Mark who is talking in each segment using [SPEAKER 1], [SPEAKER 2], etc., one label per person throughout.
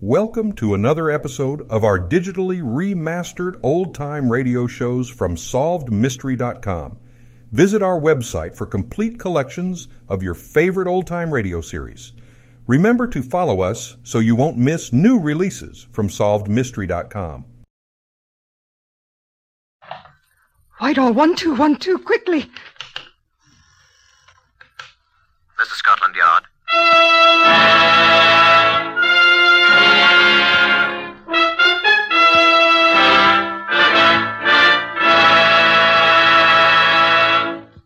[SPEAKER 1] Welcome to another episode of our digitally remastered old time radio shows from SolvedMystery.com. Visit our website for complete collections of your favorite old time radio series. Remember to follow us so you won't miss new releases from SolvedMystery.com.
[SPEAKER 2] Whitehall, one, two, one, two, quickly.
[SPEAKER 3] This is Scotland Yard.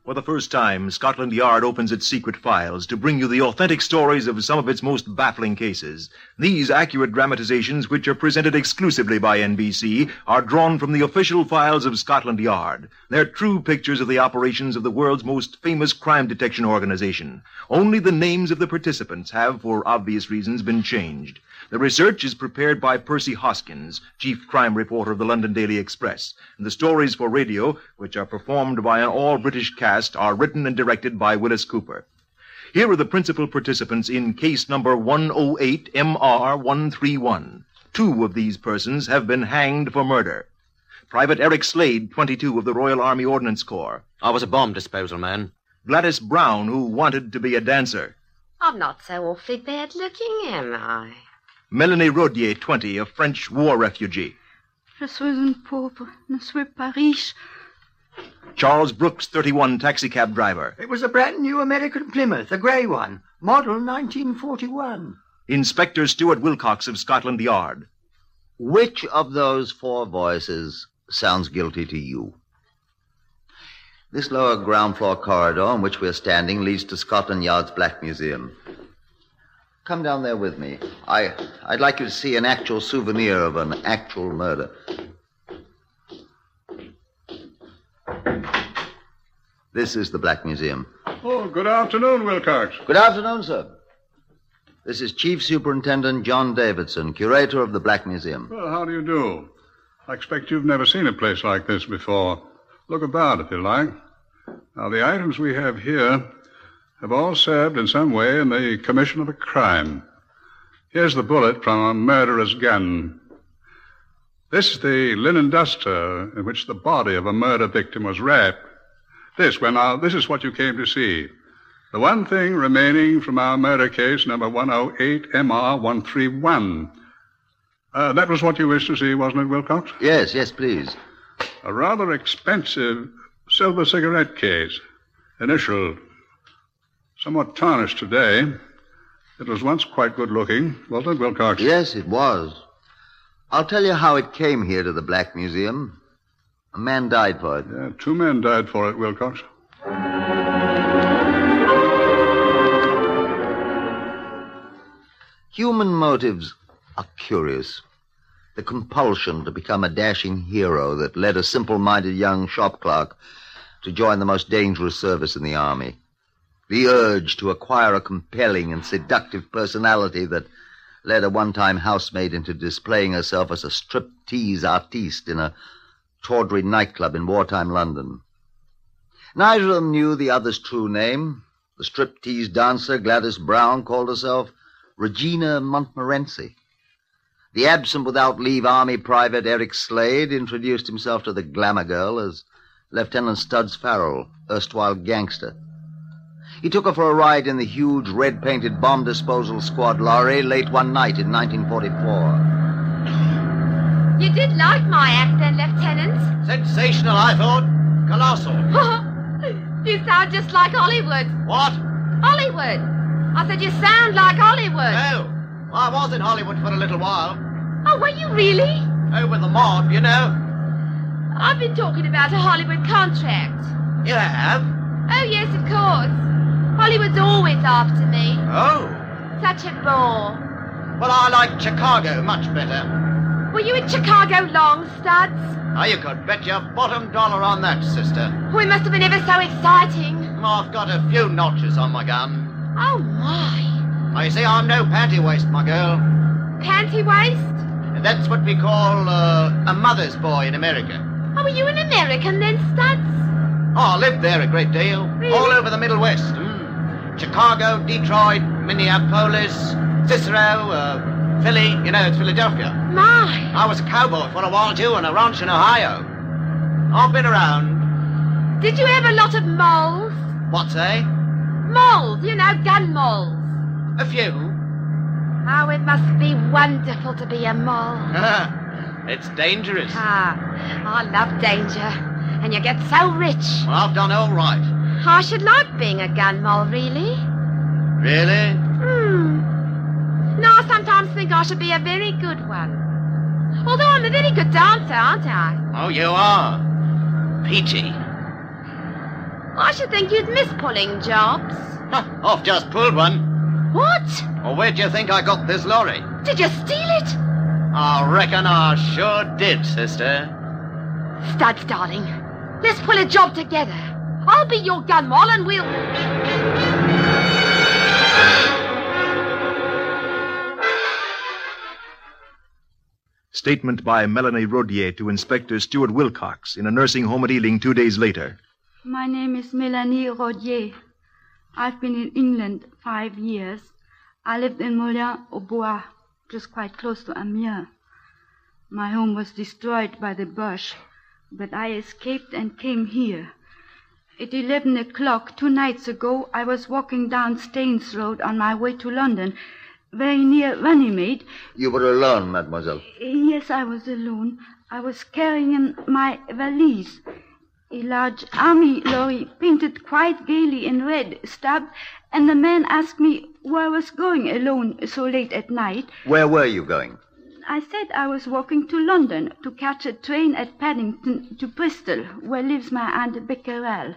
[SPEAKER 4] For the first time, Scotland Yard opens its secret files to bring you the authentic stories of some of its most baffling cases. These accurate dramatizations, which are presented exclusively by NBC, are drawn from the official files of Scotland Yard. They're true pictures of the operations of the world's most famous crime detection organization. Only the names of the participants have, for obvious reasons, been changed. The research is prepared by Percy Hoskins, chief crime reporter of the London Daily Express. And the stories for radio, which are performed by an all British cast, are written and directed by Willis Cooper. Here are the principal participants in case number 108 MR 131. Two of these persons have been hanged for murder. Private Eric Slade, 22 of the Royal Army Ordnance Corps.
[SPEAKER 3] I was a bomb disposal man.
[SPEAKER 4] Gladys Brown, who wanted to be a dancer.
[SPEAKER 5] I'm not so awfully bad looking, am I?
[SPEAKER 4] Melanie Rodier, 20, a French war refugee.
[SPEAKER 2] Je suis un pauvre, ne suis Paris.
[SPEAKER 4] Charles Brooks, 31, taxicab driver.
[SPEAKER 6] It was a brand new American Plymouth, a grey one, model 1941.
[SPEAKER 4] Inspector Stuart Wilcox of Scotland Yard.
[SPEAKER 7] Which of those four voices sounds guilty to you? This lower ground floor corridor on which we're standing leads to Scotland Yard's Black Museum. Come down there with me. I, I'd like you to see an actual souvenir of an actual murder. This is the Black Museum.
[SPEAKER 8] Oh, good afternoon, Wilcox.
[SPEAKER 7] Good afternoon, sir. This is Chief Superintendent John Davidson, curator of the Black Museum.
[SPEAKER 8] Well, how do you do? I expect you've never seen a place like this before. Look about, if you like. Now, the items we have here have all served in some way in the commission of a crime. Here's the bullet from a murderer's gun. This is the linen duster in which the body of a murder victim was wrapped. This, well, now, this is what you came to see. The one thing remaining from our murder case number 108 MR 131. Uh, that was what you wished to see, wasn't it, Wilcox?
[SPEAKER 7] Yes, yes, please.
[SPEAKER 8] A rather expensive silver cigarette case. Initial. Somewhat tarnished today. It was once quite good looking, wasn't it, Wilcox?
[SPEAKER 7] Yes, it was. I'll tell you how it came here to the Black Museum. A man died for it.
[SPEAKER 8] Yeah, two men died for it, Wilcox.
[SPEAKER 7] Human motives are curious. The compulsion to become a dashing hero that led a simple minded young shop clerk to join the most dangerous service in the army. The urge to acquire a compelling and seductive personality that led a one time housemaid into displaying herself as a striptease artiste in a tawdry nightclub in wartime London. Neither of them knew the other's true name. The striptease dancer, Gladys Brown, called herself Regina Montmorency. The absent without leave Army private Eric Slade introduced himself to the glamour girl as Lieutenant Studs Farrell, erstwhile gangster. He took her for a ride in the huge red painted bomb disposal squad lorry late one night in 1944.
[SPEAKER 5] You did like my accent, Lieutenant.
[SPEAKER 6] Sensational, I thought. Colossal.
[SPEAKER 5] you sound just like Hollywood.
[SPEAKER 6] What?
[SPEAKER 5] Hollywood. I said you sound like Hollywood.
[SPEAKER 6] Oh, I was in Hollywood for a little while.
[SPEAKER 5] Oh, were you really?
[SPEAKER 6] Over the mob, you know.
[SPEAKER 5] I've been talking about a Hollywood contract.
[SPEAKER 6] You have?
[SPEAKER 5] Oh, yes, of course. Hollywood's always after me.
[SPEAKER 6] Oh.
[SPEAKER 5] Such a bore.
[SPEAKER 6] Well, I like Chicago much better.
[SPEAKER 5] Were you in Chicago long, Studs?
[SPEAKER 6] Now, you could bet your bottom dollar on that, sister.
[SPEAKER 5] We must have been ever so exciting.
[SPEAKER 6] I've got a few notches on my gun.
[SPEAKER 5] Oh, my.
[SPEAKER 6] Now, you see, I'm no panty waist, my girl.
[SPEAKER 5] Panty waist?
[SPEAKER 6] And that's what we call uh, a mother's boy in America.
[SPEAKER 5] Oh, were you an American then, Studs?
[SPEAKER 6] Oh, I lived there a great deal.
[SPEAKER 5] Really?
[SPEAKER 6] All over the Middle West. Mm. Chicago, Detroit, Minneapolis, Cicero, uh,
[SPEAKER 9] Philly, you know, it's Philadelphia.
[SPEAKER 5] My.
[SPEAKER 9] I was a cowboy for a while, too, on a ranch in Ohio. I've been around.
[SPEAKER 5] Did you have a lot of moles?
[SPEAKER 9] What, eh?
[SPEAKER 5] Moles, you know, gun moles.
[SPEAKER 9] A few.
[SPEAKER 5] Oh, it must be wonderful to be a mole.
[SPEAKER 9] Ah, it's dangerous.
[SPEAKER 5] Ah, I love danger. And you get so rich.
[SPEAKER 9] Well, I've done all right.
[SPEAKER 5] I should like being a gun mole, really.
[SPEAKER 9] Really?
[SPEAKER 5] Hmm. No, I sometimes think I should be a very good one. Although I'm a very good dancer, aren't I?
[SPEAKER 9] Oh, you are. Peachy.
[SPEAKER 5] I should think you'd miss pulling jobs.
[SPEAKER 9] Huh, I've just pulled one.
[SPEAKER 5] What?
[SPEAKER 9] Well, where do you think I got this lorry?
[SPEAKER 5] Did you steal it?
[SPEAKER 9] I reckon I sure did, sister.
[SPEAKER 5] Studs, darling. Let's pull a job together. I'll be your gun mole and we'll.
[SPEAKER 4] Statement by Melanie Rodier to Inspector Stuart Wilcox in a nursing home at Ealing two days later.
[SPEAKER 2] My name is Melanie Rodier. I've been in England five years. I lived in Moulin au Bois, just quite close to Amiens. My home was destroyed by the Boche, but I escaped and came here. At 11 o'clock two nights ago, I was walking down Staines Road on my way to London, very near Runnymede,
[SPEAKER 7] You were alone, mademoiselle.
[SPEAKER 2] Yes, I was alone. I was carrying in my valise. A large army lorry, painted quite gaily in red, stopped, and the man asked me where I was going alone so late at night.
[SPEAKER 7] Where were you going?
[SPEAKER 2] I said I was walking to London to catch a train at Paddington to Bristol, where lives my Aunt Becquerel.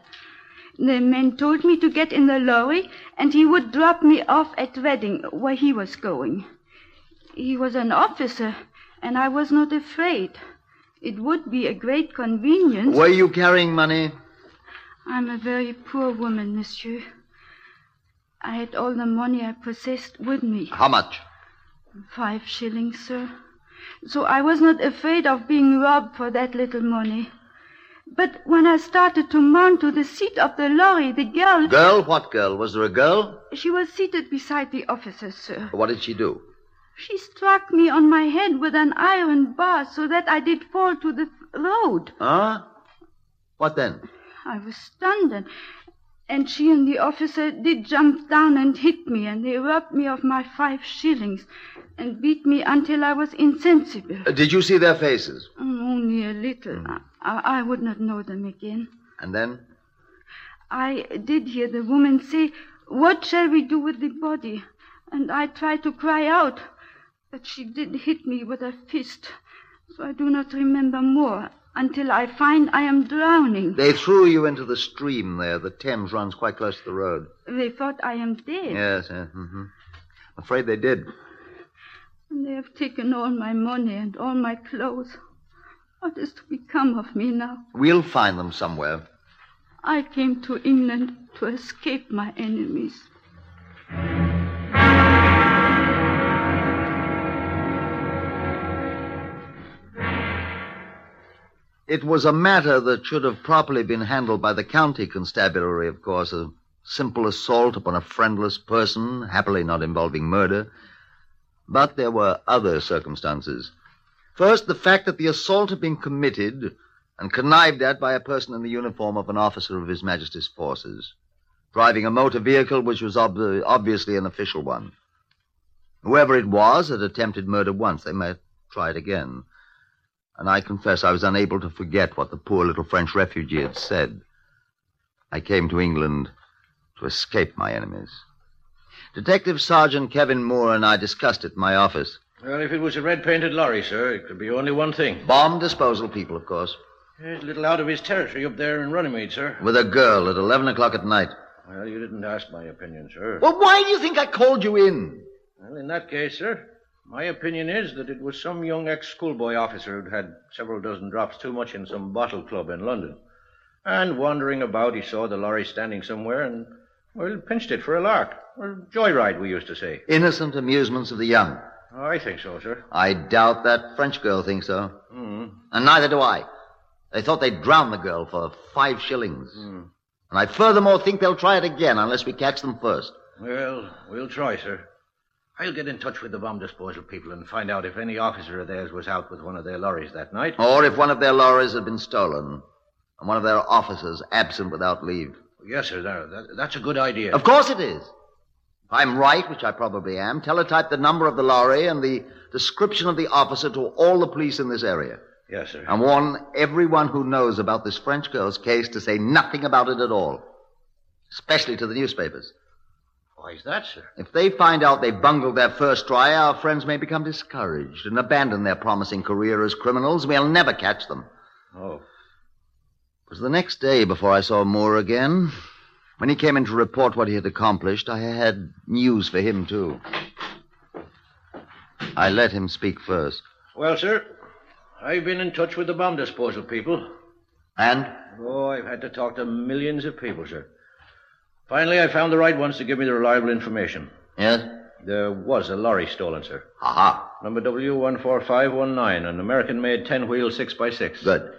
[SPEAKER 2] The man told me to get in the lorry, and he would drop me off at Reading, where he was going. He was an officer, and I was not afraid. It would be a great convenience.
[SPEAKER 7] Were you carrying money?
[SPEAKER 2] I'm a very poor woman, monsieur. I had all the money I possessed with me.
[SPEAKER 7] How much?
[SPEAKER 2] Five shillings, sir. So I was not afraid of being robbed for that little money. But when I started to mount to the seat of the lorry, the girl,
[SPEAKER 7] Girl? What girl? Was there a girl?
[SPEAKER 2] she was seated beside the officer, sir.
[SPEAKER 7] What did she do?
[SPEAKER 2] She struck me on my head with an iron bar so that I did fall to the road.
[SPEAKER 7] Huh? What then?
[SPEAKER 2] I was stunned, and, and she and the officer did jump down and hit me, and they robbed me of my five shillings and beat me until I was insensible.
[SPEAKER 7] Uh, Did you see their faces?
[SPEAKER 2] Mm, Only a little. I, I would not know them again.
[SPEAKER 7] And then?
[SPEAKER 2] I did hear the woman say, What shall we do with the body? And I tried to cry out, but she did hit me with her fist, so I do not remember more until I find I am drowning.
[SPEAKER 7] They threw you into the stream there. The Thames runs quite close to the road.
[SPEAKER 2] They thought I am dead.
[SPEAKER 7] Yes, yes. Mm-hmm. Afraid they did.
[SPEAKER 2] And they have taken all my money and all my clothes. What is to become of me now?
[SPEAKER 7] We'll find them somewhere.
[SPEAKER 2] I came to England to escape my enemies.
[SPEAKER 7] It was a matter that should have properly been handled by the county constabulary, of course. A simple assault upon a friendless person, happily not involving murder. But there were other circumstances. First, the fact that the assault had been committed and connived at by a person in the uniform of an officer of His Majesty's forces, driving a motor vehicle which was ob- obviously an official one. Whoever it was had attempted murder once. They might try it again and I confess I was unable to forget what the poor little French refugee had said. I came to England to escape my enemies. Detective Sergeant Kevin Moore and I discussed it in my office.
[SPEAKER 9] Well, if it was a red painted lorry, sir, it could be only one thing.
[SPEAKER 7] Bomb disposal people, of course,
[SPEAKER 9] He's a little out of his territory up there in Runnymede, sir.
[SPEAKER 7] with a girl at 11 o'clock at night.
[SPEAKER 9] Well, you didn't ask my opinion, sir.
[SPEAKER 7] Well, why do you think I called you in?
[SPEAKER 9] Well, in that case, sir, my opinion is that it was some young ex schoolboy officer who'd had several dozen drops too much in some bottle club in London. And wandering about, he saw the lorry standing somewhere and, well, pinched it for a lark. Or joyride, we used to say.
[SPEAKER 7] Innocent amusements of the young.
[SPEAKER 9] Oh, I think so, sir. Hmm.
[SPEAKER 7] I doubt that French girl thinks so. And neither do I. They thought they'd drown the girl for five shillings.
[SPEAKER 9] Hmm.
[SPEAKER 7] And I furthermore think they'll try it again unless we catch them first.
[SPEAKER 9] Well, we'll try, sir. I'll get in touch with the bomb disposal people and find out if any officer of theirs was out with one of their lorries that night.
[SPEAKER 7] Or if one of their lorries had been stolen and one of their officers absent without leave.
[SPEAKER 9] Yes, sir. That, that- that's a good idea.
[SPEAKER 7] Of course it is. If I'm right, which I probably am, teletype the number of the lorry and the description of the officer to all the police in this area.
[SPEAKER 9] Yes, sir.
[SPEAKER 7] And warn everyone who knows about this French girl's case to say nothing about it at all. Especially to the newspapers.
[SPEAKER 9] Why is that, sir?
[SPEAKER 7] If they find out they bungled their first try, our friends may become discouraged and abandon their promising career as criminals. We'll never catch them.
[SPEAKER 9] Oh.
[SPEAKER 7] It was the next day before I saw Moore again. When he came in to report what he had accomplished, I had news for him, too. I let him speak first.
[SPEAKER 9] Well, sir, I've been in touch with the bomb disposal people.
[SPEAKER 7] And?
[SPEAKER 9] Oh, I've had to talk to millions of people, sir. Finally, I found the right ones to give me the reliable information.
[SPEAKER 7] Yes?
[SPEAKER 9] There was a lorry stolen, sir.
[SPEAKER 7] Aha.
[SPEAKER 9] Number W14519, an American made 10 wheel 6x6.
[SPEAKER 7] Good.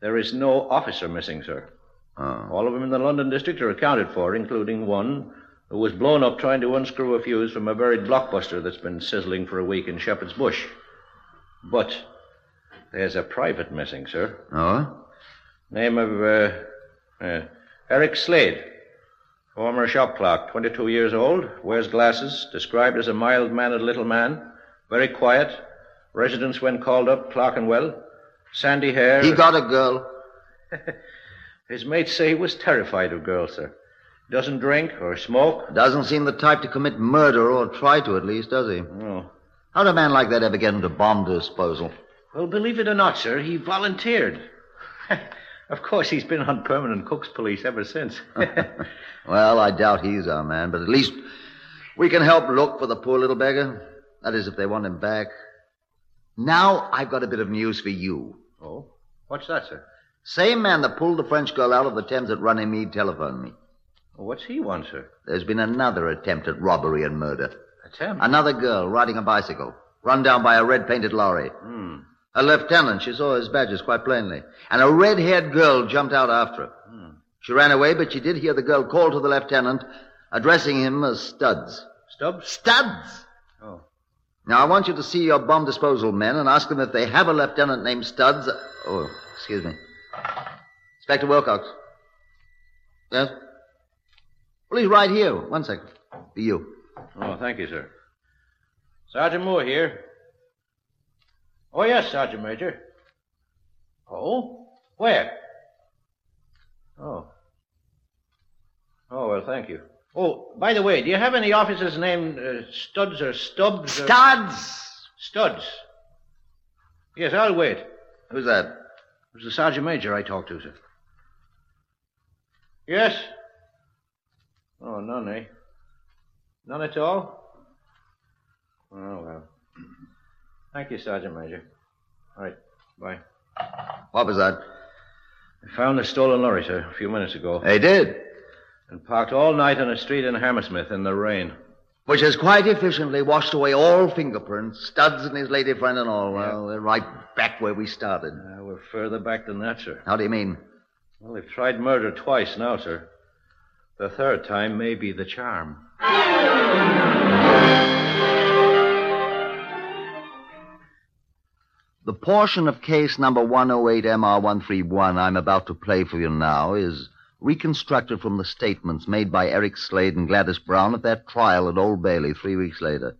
[SPEAKER 9] There is no officer missing, sir.
[SPEAKER 7] Oh.
[SPEAKER 9] All of them in the London district are accounted for, including one who was blown up trying to unscrew a fuse from a buried blockbuster that's been sizzling for a week in Shepherd's Bush. But there's a private missing, sir.
[SPEAKER 7] Oh?
[SPEAKER 9] Name of uh, uh, Eric Slade, former shop clerk, 22 years old, wears glasses, described as a mild mannered little man, very quiet, residence when called up, Clerkenwell, sandy hair.
[SPEAKER 7] He got a girl.
[SPEAKER 9] His mates say he was terrified of girls, sir. Doesn't drink or smoke.
[SPEAKER 7] Doesn't seem the type to commit murder, or try to at least, does he?
[SPEAKER 9] No.
[SPEAKER 7] How'd a man like that ever get into bomb disposal?
[SPEAKER 9] Well, believe it or not, sir, he volunteered. of course, he's been on permanent Cook's police ever since.
[SPEAKER 7] Well, I doubt he's our man, but at least we can help look for the poor little beggar. That is, if they want him back. Now I've got a bit of news for you.
[SPEAKER 9] oh, what's that, sir?
[SPEAKER 7] Same man that pulled the French girl out of the Thames at Runnymede telephoned me.
[SPEAKER 9] What's he want, sir?
[SPEAKER 7] There's been another attempt at robbery and murder.
[SPEAKER 9] Attempt.
[SPEAKER 7] Another girl riding a bicycle, run down by a red painted lorry. A lieutenant, she saw his badges quite plainly. And a red haired girl jumped out after her. She ran away, but she did hear the girl call to the lieutenant, addressing him as Studs.
[SPEAKER 9] Stubbs?
[SPEAKER 7] Studs!
[SPEAKER 9] Oh.
[SPEAKER 7] Now, I want you to see your bomb disposal men and ask them if they have a lieutenant named Studs. Oh, excuse me. Inspector Wilcox. Yes? Well, he's right here. One second. For you.
[SPEAKER 9] Oh, thank you, sir. Sergeant Moore here. Oh, yes, Sergeant Major. Oh? Where? Oh. Oh, well, thank you. Oh, by the way, do you have any officers named uh, Studs or Stubbs? or-
[SPEAKER 7] Studs!
[SPEAKER 9] Studs. Yes, I'll wait. It
[SPEAKER 7] Who's that?
[SPEAKER 9] was the Sergeant Major I talked to, sir. Yes? Oh, none, eh? None at all? Oh, well. Thank you, Sergeant Major. All right, bye.
[SPEAKER 7] What was that?
[SPEAKER 9] I found the stolen lorry, sir, a few minutes ago,
[SPEAKER 7] They did.
[SPEAKER 9] and parked all night on a street in Hammersmith in the rain.
[SPEAKER 7] Which has quite efficiently washed away all fingerprints, Studs and his lady friend and all. Well, we're right back where we started.
[SPEAKER 9] Uh, we're further back than that, sir.
[SPEAKER 7] How do you mean?
[SPEAKER 9] Well, they've tried murder twice now, sir. The third time may be the charm.
[SPEAKER 7] The portion of case number 108 MR131 I'm about to play for you now is reconstructed from the statements made by Eric Slade and Gladys Brown at their trial at Old Bailey three weeks later.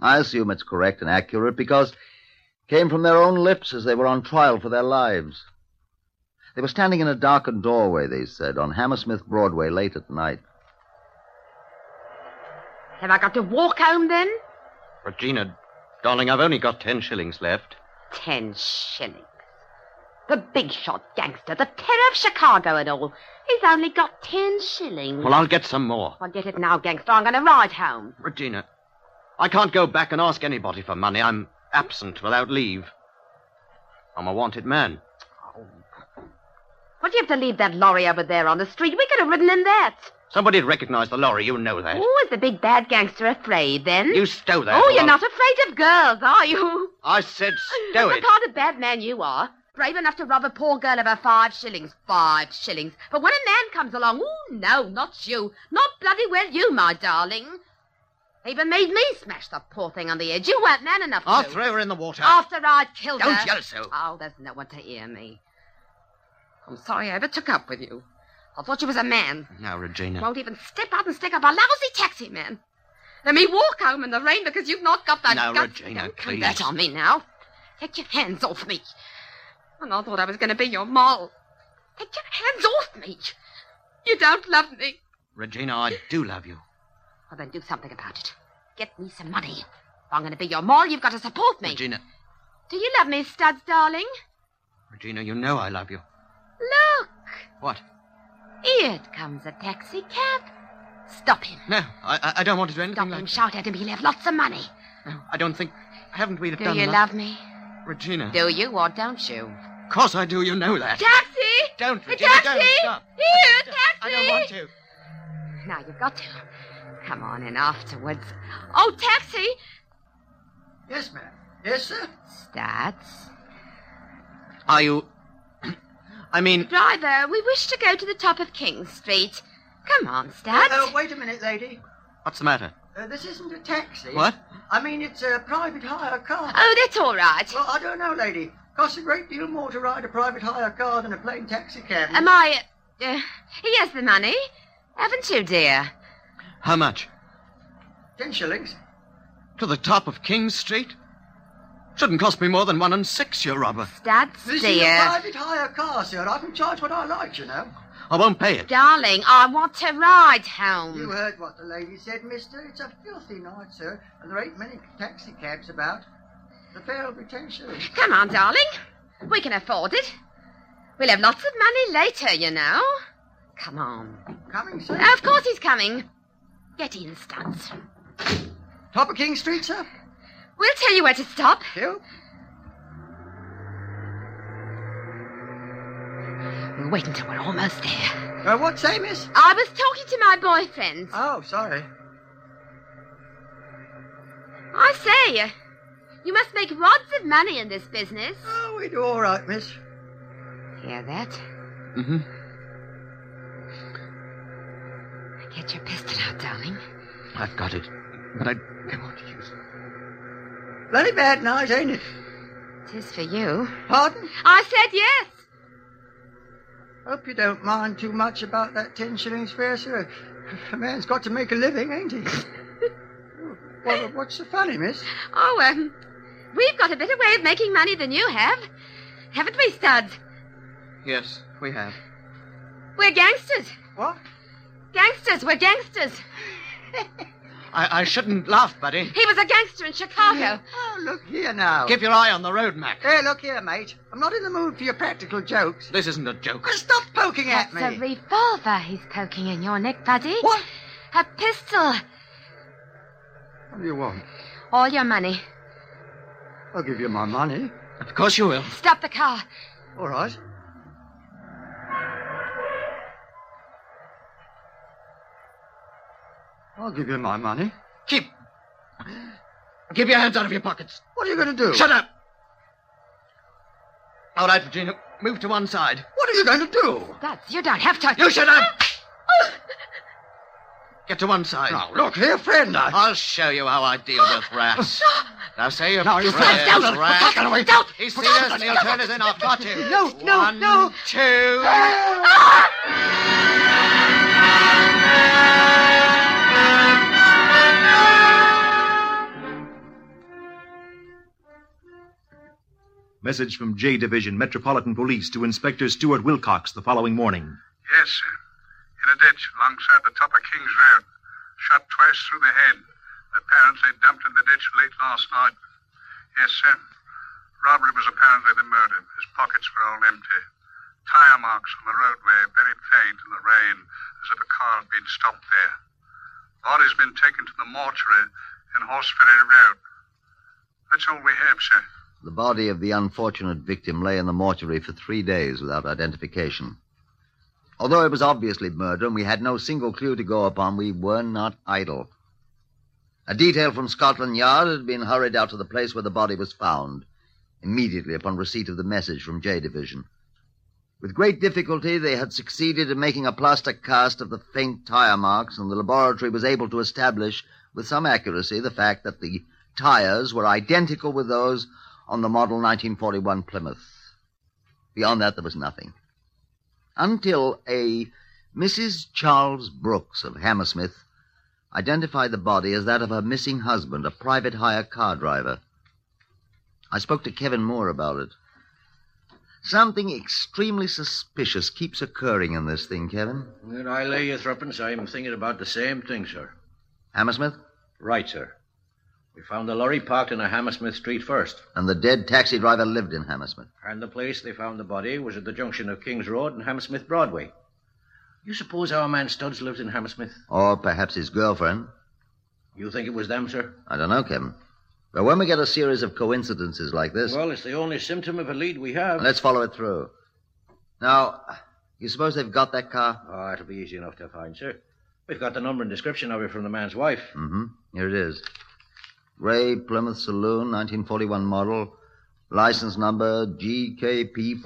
[SPEAKER 7] I assume it's correct and accurate because it came from their own lips as they were on trial for their lives. They were standing in a darkened doorway, they said, on Hammersmith Broadway late at night.
[SPEAKER 5] Have I got to walk home then?
[SPEAKER 3] Regina, darling, I've only got ten shillings left.
[SPEAKER 5] Ten shillings. The big shot gangster, the terror of Chicago and all. He's only got ten shillings.
[SPEAKER 3] Well, I'll get some more.
[SPEAKER 5] I'll get it now, gangster. I'm going to ride home.
[SPEAKER 3] Regina, I can't go back and ask anybody for money. I'm absent without leave. I'm a wanted man.
[SPEAKER 5] What do you have to leave that lorry over there on the street? We could have ridden in that.
[SPEAKER 3] Somebody'd recognize the lorry, you know that.
[SPEAKER 5] Oh, is the big bad gangster afraid then?
[SPEAKER 3] You stow that.
[SPEAKER 5] oh,
[SPEAKER 3] or
[SPEAKER 5] you're
[SPEAKER 3] I'll-
[SPEAKER 5] not afraid of girls, are you?
[SPEAKER 3] I said stow
[SPEAKER 5] That's
[SPEAKER 3] it.
[SPEAKER 5] The kind of bad man you are. Brave enough to rob a poor girl of her five shillings. Five shillings. But when a man comes along, oh, no, not you. Not bloody well you, my darling. Even made me smash the poor thing on the edge. You weren't man enough to.
[SPEAKER 3] I threw her in the water.
[SPEAKER 5] After I'd killed
[SPEAKER 3] Don't
[SPEAKER 5] her.
[SPEAKER 3] yell so.
[SPEAKER 5] Oh, there's no one to hear me. I'm sorry I ever took up with you. I thought you was a man.
[SPEAKER 3] Now, Regina.
[SPEAKER 5] Won't even step out and stick up a lousy taxi man. Let me walk home in the rain because you've not got that
[SPEAKER 3] Now,
[SPEAKER 5] guts.
[SPEAKER 3] Regina,
[SPEAKER 5] Don't
[SPEAKER 3] please.
[SPEAKER 5] come that on me now. Take your hands off me. And I thought I was going to be your moll. Take your hands off me. You don't love me.
[SPEAKER 3] Regina, I do love you.
[SPEAKER 5] Well, then do something about it. Get me some money. If I'm going to be your moll, you've got to support me.
[SPEAKER 3] Regina,
[SPEAKER 5] Do you love me, Studs, darling?
[SPEAKER 3] Regina, you know I love you.
[SPEAKER 5] Look,
[SPEAKER 3] What?
[SPEAKER 5] here it comes a taxi cab. Stop him.
[SPEAKER 3] No, I, I- I don't want to do anything
[SPEAKER 5] Stop him.
[SPEAKER 3] like
[SPEAKER 5] Shout at him. He'll have lots of money.
[SPEAKER 3] No, I don't think. Haven't we
[SPEAKER 5] Do
[SPEAKER 3] done
[SPEAKER 5] you
[SPEAKER 3] enough?
[SPEAKER 5] love me?
[SPEAKER 3] Regina.
[SPEAKER 5] Do you or don't you?
[SPEAKER 3] Of course I do, you know that.
[SPEAKER 5] Taxi!
[SPEAKER 3] Don't,
[SPEAKER 5] A
[SPEAKER 3] Regina,
[SPEAKER 5] taxi!
[SPEAKER 3] don't. Stop.
[SPEAKER 5] Here,
[SPEAKER 3] I-
[SPEAKER 5] taxi!
[SPEAKER 3] I don't want to.
[SPEAKER 5] Now you've got to. Come on in afterwards. Oh, taxi!
[SPEAKER 6] Yes, ma'am. Yes, sir.
[SPEAKER 5] Stats.
[SPEAKER 3] Are you. I mean,
[SPEAKER 5] Driver, we wish to go to the top of King Street. Come on, Stats.
[SPEAKER 6] Uh, wait a minute, lady.
[SPEAKER 3] what's the matter?
[SPEAKER 6] Uh, this isn't a taxi.
[SPEAKER 3] What?
[SPEAKER 6] I mean, it's a private hire car.
[SPEAKER 5] Oh, that's all right.
[SPEAKER 6] Well, I don't know, lady. Costs a great deal more to ride a private hire car than a plain taxi cab.
[SPEAKER 5] Am I. Uh, he has the money. Haven't you, dear?
[SPEAKER 3] How much?
[SPEAKER 6] Ten shillings.
[SPEAKER 3] To the top of King Street? Shouldn't cost me more than one and six, you robber.
[SPEAKER 5] Stats,
[SPEAKER 6] This is a
[SPEAKER 5] dear.
[SPEAKER 6] private hire car, sir. I can charge what I like, you know.
[SPEAKER 3] I won't pay it.
[SPEAKER 5] Darling, I want to ride
[SPEAKER 6] You
[SPEAKER 5] home.
[SPEAKER 6] heard what the lady said, mister. It's a filthy night, sir, and there ain't many taxi cabs about. The fare will be ten shillings.
[SPEAKER 5] Come on, darling. We can afford it. We'll have lots of money later, you know. Come on.
[SPEAKER 6] Coming, sir.
[SPEAKER 5] Of course he's coming. Get in, Stats.
[SPEAKER 6] Top of King Street, sir.
[SPEAKER 5] We'll tell you where to stop.
[SPEAKER 6] Hill.
[SPEAKER 5] We'll wait until we're almost there.
[SPEAKER 6] Uh, what say, miss?
[SPEAKER 5] I was talking to my boyfriend.
[SPEAKER 6] Oh, sorry.
[SPEAKER 5] I say, you must make lots of money in this business.
[SPEAKER 6] Oh, we do all right, miss.
[SPEAKER 5] Hear that?
[SPEAKER 3] Mm-hmm.
[SPEAKER 5] Get your pistol out, darling.
[SPEAKER 3] I've got it. But I don't want to use it.
[SPEAKER 6] Bloody bad night, ain't it?
[SPEAKER 5] Tis for you.
[SPEAKER 6] Pardon?
[SPEAKER 5] I said yes.
[SPEAKER 6] Hope you don't mind too much about that ten shillings fare, sir. A man's got to make a living, ain't he? What, what's so funny, miss?
[SPEAKER 5] Oh, um, we've got a better way of making money than you have. Haven't we, Studs?
[SPEAKER 3] Yes, we have.
[SPEAKER 5] We're gangsters.
[SPEAKER 6] What?
[SPEAKER 5] Gangsters, we're gangsters.
[SPEAKER 3] I, I shouldn't laugh, buddy.
[SPEAKER 5] He was a gangster in Chicago.
[SPEAKER 6] Oh, look here now.
[SPEAKER 3] Keep your eye on the road, Mac.
[SPEAKER 6] Hey, look here, mate. I'm not in the mood for your practical jokes.
[SPEAKER 3] This isn't a joke.
[SPEAKER 6] Stop poking at
[SPEAKER 5] That's a
[SPEAKER 6] me.
[SPEAKER 5] revolver he's poking in your neck, buddy.
[SPEAKER 6] What?
[SPEAKER 5] A pistol.
[SPEAKER 6] What do you want?
[SPEAKER 5] All your money.
[SPEAKER 6] I'll give you my money.
[SPEAKER 3] Of course you will.
[SPEAKER 5] Stop the car.
[SPEAKER 6] All right. I'll give you my money.
[SPEAKER 3] Keep. Keep your hands out of your pockets.
[SPEAKER 6] What are you going to do?
[SPEAKER 3] Shut up. All right, Regina. Move to one side.
[SPEAKER 6] What are you going to do?
[SPEAKER 5] Studs, you don't have to.
[SPEAKER 3] You shut up! Get to one side.
[SPEAKER 6] Now, look here, friend. I...
[SPEAKER 3] I'll show you how I deal with rats. Now say your
[SPEAKER 6] Now, you
[SPEAKER 3] prayers,
[SPEAKER 6] fellas, don't-
[SPEAKER 3] rat.
[SPEAKER 6] don't- don't- don't-
[SPEAKER 3] He's seen us and he'll turn us in. I've got you.
[SPEAKER 6] No, no,
[SPEAKER 3] One,
[SPEAKER 6] no. Ah!
[SPEAKER 3] two.
[SPEAKER 4] Message from J Division Metropolitan Police to Inspector Stuart Wilcox the following morning.
[SPEAKER 8] Yes, sir. In a ditch alongside the top of King's Road. Shot twice through the head. Apparently dumped in the ditch late last night. Yes, sir. Robbery was apparently the murder. His pockets were all empty. Tire marks on the roadway, very faint in the rain, as if a car had been stopped there. Body's been taken to the mortuary in Horse Ferry Road. That's all we have, sir.
[SPEAKER 7] The body of the unfortunate victim lay in the mortuary for three days without identification. Although it was obviously murder and we had no single clue to go upon, we were not idle. A detail from Scotland Yard had been hurried out to the place where the body was found, immediately upon receipt of the message from J Division. With great difficulty, they had succeeded in making a plaster cast of the faint tire marks, and the laboratory was able to establish with some accuracy the fact that the tires were identical with those on the model 1941 Plymouth. Beyond that, there was nothing. Until a Mrs. Charles Brooks of Hammersmith identified the body as that of her missing husband, a private hire car driver. I spoke to Kevin Moore about it. Something extremely suspicious keeps occurring in this thing, Kevin.
[SPEAKER 9] Then I lay you threepence. I'm thinking about the same thing, sir.
[SPEAKER 7] Hammersmith?
[SPEAKER 9] Right, sir. We found the lorry parked in a Hammersmith street first,
[SPEAKER 7] And the dead taxi driver lived in Hammersmith.
[SPEAKER 9] and the place they found the body was at the junction of King's Road and Hammersmith Broadway. You suppose our man Studs lives in Hammersmith?
[SPEAKER 7] Or perhaps his girlfriend.
[SPEAKER 9] You think it was them, sir?
[SPEAKER 7] I don't know, Kevin. But when we get a series of coincidences like this,
[SPEAKER 9] Well, uh, it's the only symptom of a lead we have.
[SPEAKER 7] let's follow it through. Now, you suppose they've got that car?
[SPEAKER 9] Oh, it'll be easy enough to find, sir. We've got the number and description of it from the man's wife.
[SPEAKER 7] Mm hmm. Here it is. Gray Plymouth Saloon, 1941 model. License number GKP401.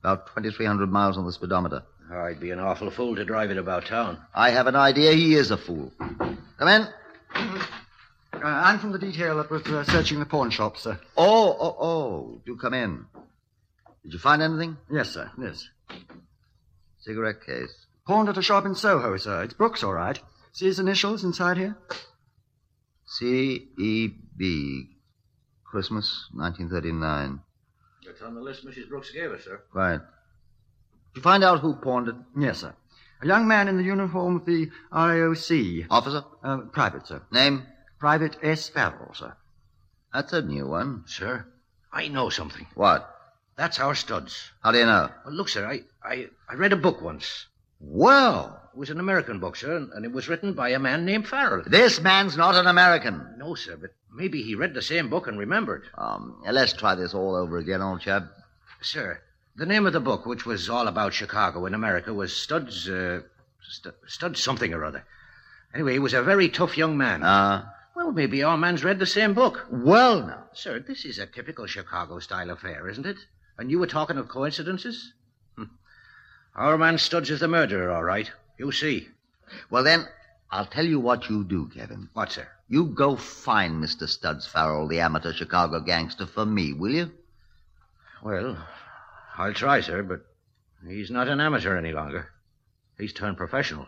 [SPEAKER 7] About 2,300 miles on the speedometer.
[SPEAKER 9] Oh, I'd be an awful fool to drive it about town.
[SPEAKER 7] I have an idea he is a fool. Come in.
[SPEAKER 6] Uh, I'm from the detail that was uh, searching the pawn shop, sir.
[SPEAKER 7] Oh, oh, oh. Do come in. Did you find anything?
[SPEAKER 6] Yes, sir. Yes.
[SPEAKER 7] Cigarette case.
[SPEAKER 6] Pawned at a shop in Soho, sir. It's Brooks, all right. See his initials inside here?
[SPEAKER 7] C E B. Christmas, 1939.
[SPEAKER 9] It's on the list Mrs. Brooks gave us, sir.
[SPEAKER 7] Quiet. Did you find out who pawned it?
[SPEAKER 6] Yes, sir. A young man in the uniform of the RAOC.
[SPEAKER 7] Officer?
[SPEAKER 6] Uh, private, sir.
[SPEAKER 7] Name?
[SPEAKER 6] Private S. Farrell, sir.
[SPEAKER 7] That's a new one.
[SPEAKER 9] Sir, I know something.
[SPEAKER 7] What?
[SPEAKER 9] That's our studs.
[SPEAKER 7] How do you know?
[SPEAKER 9] Well, look, sir, I, I, I read a book once.
[SPEAKER 7] Well,
[SPEAKER 9] It was an American book, sir, and, and it was written by a man named Farrell.
[SPEAKER 7] this man's not an American.
[SPEAKER 9] No, sir, but maybe he read the same book and remembered.
[SPEAKER 7] Um, let's try this all over again, old chap.
[SPEAKER 9] Sir, the name of the book, which was all about Chicago in America, was Studs, uh, Stu Studs something or other. Anyway, he was a very tough young man.
[SPEAKER 7] Uh,
[SPEAKER 9] well, maybe our man's read the same book.
[SPEAKER 7] well, now.
[SPEAKER 9] Sir, this is a typical Chicago style affair, isn't it? And you were talking of coincidences? Hmm. Our man Studs is the murderer, all right. You see.
[SPEAKER 7] Well, then, I'll tell you what you do, Kevin.
[SPEAKER 9] What, sir?
[SPEAKER 7] You go find Mr. Studs Farrell, the amateur Chicago gangster, for me, will you?
[SPEAKER 9] Well, I'll try, sir, but he's not an amateur any longer. He's turned professional.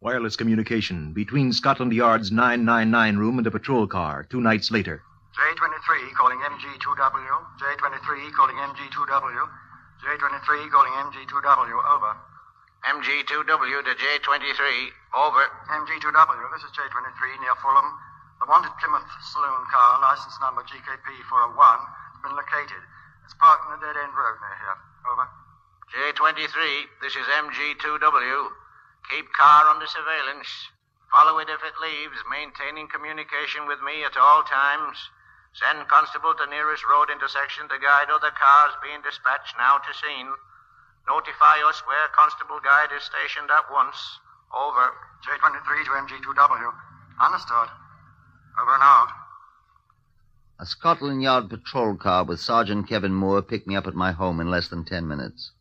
[SPEAKER 4] Wireless communication between Scotland Yard's 999 room and a patrol car two nights later.
[SPEAKER 6] J23 calling MG2W. J23 calling MG2W. J23 calling MG2W. Over.
[SPEAKER 9] MG2W to J23. Over.
[SPEAKER 6] MG2W, this is J23 near Fulham. The wanted Plymouth saloon car, license number GKP401, has been located. It's parked in a dead end road near here. Over.
[SPEAKER 9] J23, this is MG2W. Keep car under surveillance. Follow it if it leaves, maintaining communication with me at all times. Send constable to nearest road intersection to guide other cars being dispatched now to scene. Notify us where constable guide is stationed at once. Over.
[SPEAKER 6] J23 to MG2W. Understood. Over and out.
[SPEAKER 7] A Scotland Yard patrol car with Sergeant Kevin Moore picked me up at my home in less than ten minutes.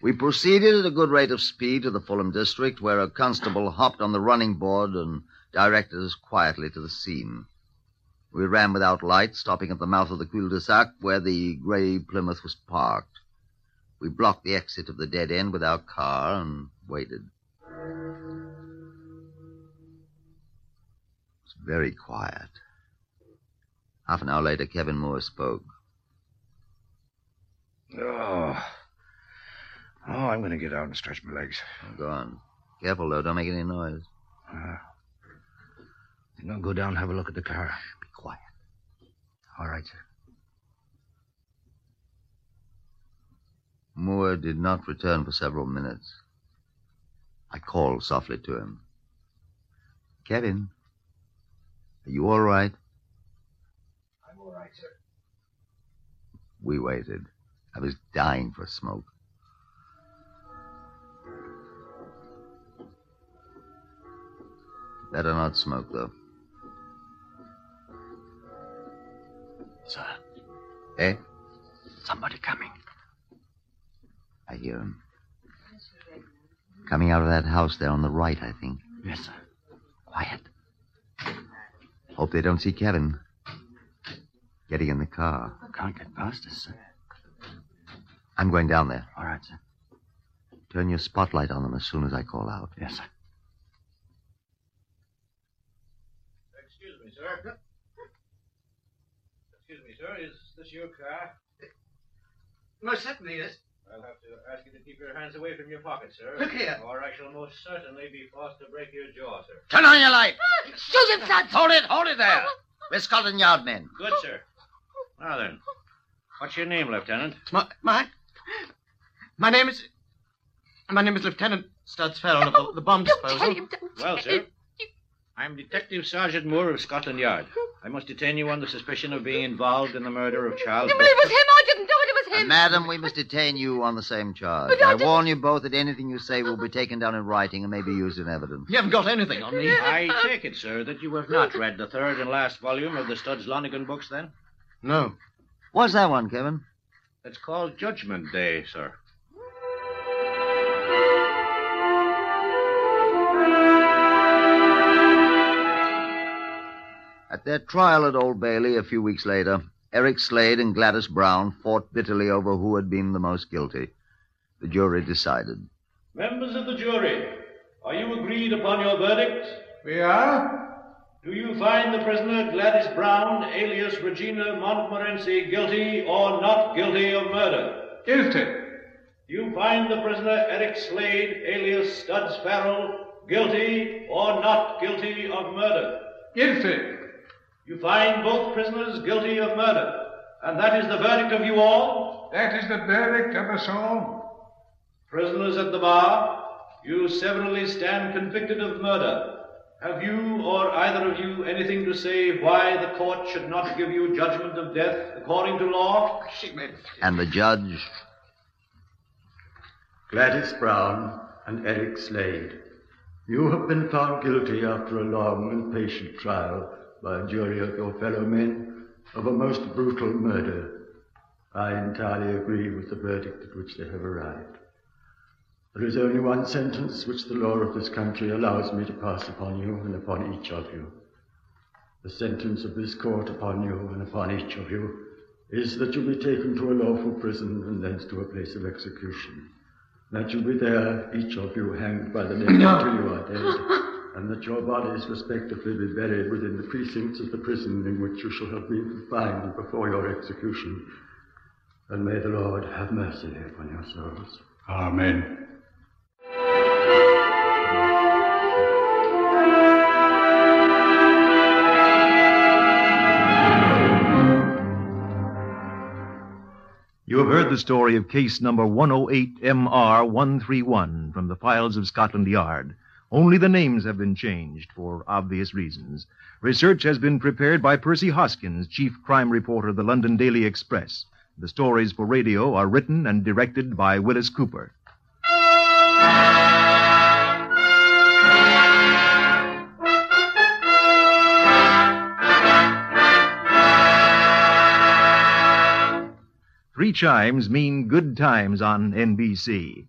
[SPEAKER 7] We proceeded at a good rate of speed to the Fulham district, where a constable hopped on the running board and directed us quietly to the scene. We ran without light, stopping at the mouth of the cul-de-sac where the grey Plymouth was parked. We blocked the exit of the dead end with our car and waited. It was very quiet. Half an hour later, Kevin Moore spoke.
[SPEAKER 9] Oh. Oh, I'm going to get out and stretch my legs.
[SPEAKER 7] Oh, Go on. Careful, though. Don't make any noise.
[SPEAKER 9] Then I'll Uh, go down and have a look at the car.
[SPEAKER 7] Be quiet.
[SPEAKER 9] All right, sir.
[SPEAKER 7] Moore did not return for several minutes. I called softly to him. Kevin, are you all right?
[SPEAKER 9] I'm all right, sir.
[SPEAKER 7] We waited. I was dying for a smoke. Better not smoke, though.
[SPEAKER 9] Sir.
[SPEAKER 7] Eh?
[SPEAKER 10] Somebody coming.
[SPEAKER 7] I hear him. Coming out of that house there on the right, I think.
[SPEAKER 10] Yes, sir.
[SPEAKER 7] Quiet. Hope they don't see Kevin. Getting in the car.
[SPEAKER 10] Can't get past us, sir.
[SPEAKER 7] I'm going down there.
[SPEAKER 10] All right, sir.
[SPEAKER 7] Turn your spotlight on them as soon as I call out.
[SPEAKER 10] Yes, sir.
[SPEAKER 11] Excuse me, sir. Excuse me, sir. Is this your car?
[SPEAKER 10] Most certainly is.
[SPEAKER 11] I'll have to ask you to keep your hands away from your pockets, sir.
[SPEAKER 10] Look here.
[SPEAKER 11] Or I shall most certainly be forced to break your jaw, sir.
[SPEAKER 7] Turn on your light!
[SPEAKER 5] Shoot him, Dad!
[SPEAKER 7] Hold it! Hold it there! We're Scotland Yard men.
[SPEAKER 11] Good, sir. Now then, what's your name, Lieutenant?
[SPEAKER 9] My, my, my name is. My name is Lieutenant Studs Farrell of the, the bomb
[SPEAKER 5] Don't
[SPEAKER 9] disposal.
[SPEAKER 5] tell him, don't tell
[SPEAKER 11] Well, sir.
[SPEAKER 5] him.
[SPEAKER 11] I'm Detective Sergeant Moore of Scotland Yard. I must detain you on the suspicion of being involved in the murder of Charles.
[SPEAKER 5] It was him. I didn't do it. It was
[SPEAKER 7] And,
[SPEAKER 5] him.
[SPEAKER 7] madam, we must detain you on the same charge.
[SPEAKER 5] But I
[SPEAKER 7] I
[SPEAKER 5] didn't-
[SPEAKER 7] warn you both that anything you say will be taken down in writing and may be used in evidence.
[SPEAKER 9] You haven't got anything on me.
[SPEAKER 11] I take it, sir, that you have not read the third and last volume of the Studs Lonigan books, then?
[SPEAKER 9] No.
[SPEAKER 7] What's that one, Kevin?
[SPEAKER 11] It's called Judgment Day, sir.
[SPEAKER 7] At their trial at Old Bailey a few weeks later, Eric Slade and Gladys Brown fought bitterly over who had been the most guilty. The jury decided.
[SPEAKER 11] Members of the jury, are you agreed upon your verdict?
[SPEAKER 8] We are?
[SPEAKER 11] Do you find the prisoner Gladys Brown, alias Regina Montmorency, guilty or not guilty of murder?
[SPEAKER 8] Guilty.
[SPEAKER 11] You find the prisoner Eric Slade, alias Studs Farrell, guilty or not guilty of murder?
[SPEAKER 8] Guilty.
[SPEAKER 11] You find both prisoners guilty of murder, and that is the verdict of you all?
[SPEAKER 8] That is the verdict of us all.
[SPEAKER 11] Prisoners at the bar, you severally stand convicted of murder. Have you or either of you anything to say why the court should not give you judgment of death according to law?
[SPEAKER 7] And the judge,
[SPEAKER 12] Gladys Brown and Eric Slade, you have been found guilty after a long and patient trial by a jury of your fellow men of a most brutal murder. I entirely agree with the verdict at which they have arrived. There is only one sentence which the law of this country allows me to pass upon you and upon each of you. The sentence of this court upon you and upon each of you is that you be taken to a lawful prison and thence to a place of execution. That you be there, each of you hanged by the neck until you are dead, and that your bodies respectively be buried within the precincts of the prison in which you shall have been confined before your execution. And may the Lord have mercy upon your souls.
[SPEAKER 8] Amen.
[SPEAKER 4] You have heard the story of case number 108MR131 from the files of Scotland Yard. Only the names have been changed for obvious reasons. Research has been prepared by Percy Hoskins, chief crime reporter of the London Daily Express. The stories for radio are written and directed by Willis Cooper. Three chimes mean good times on NBC.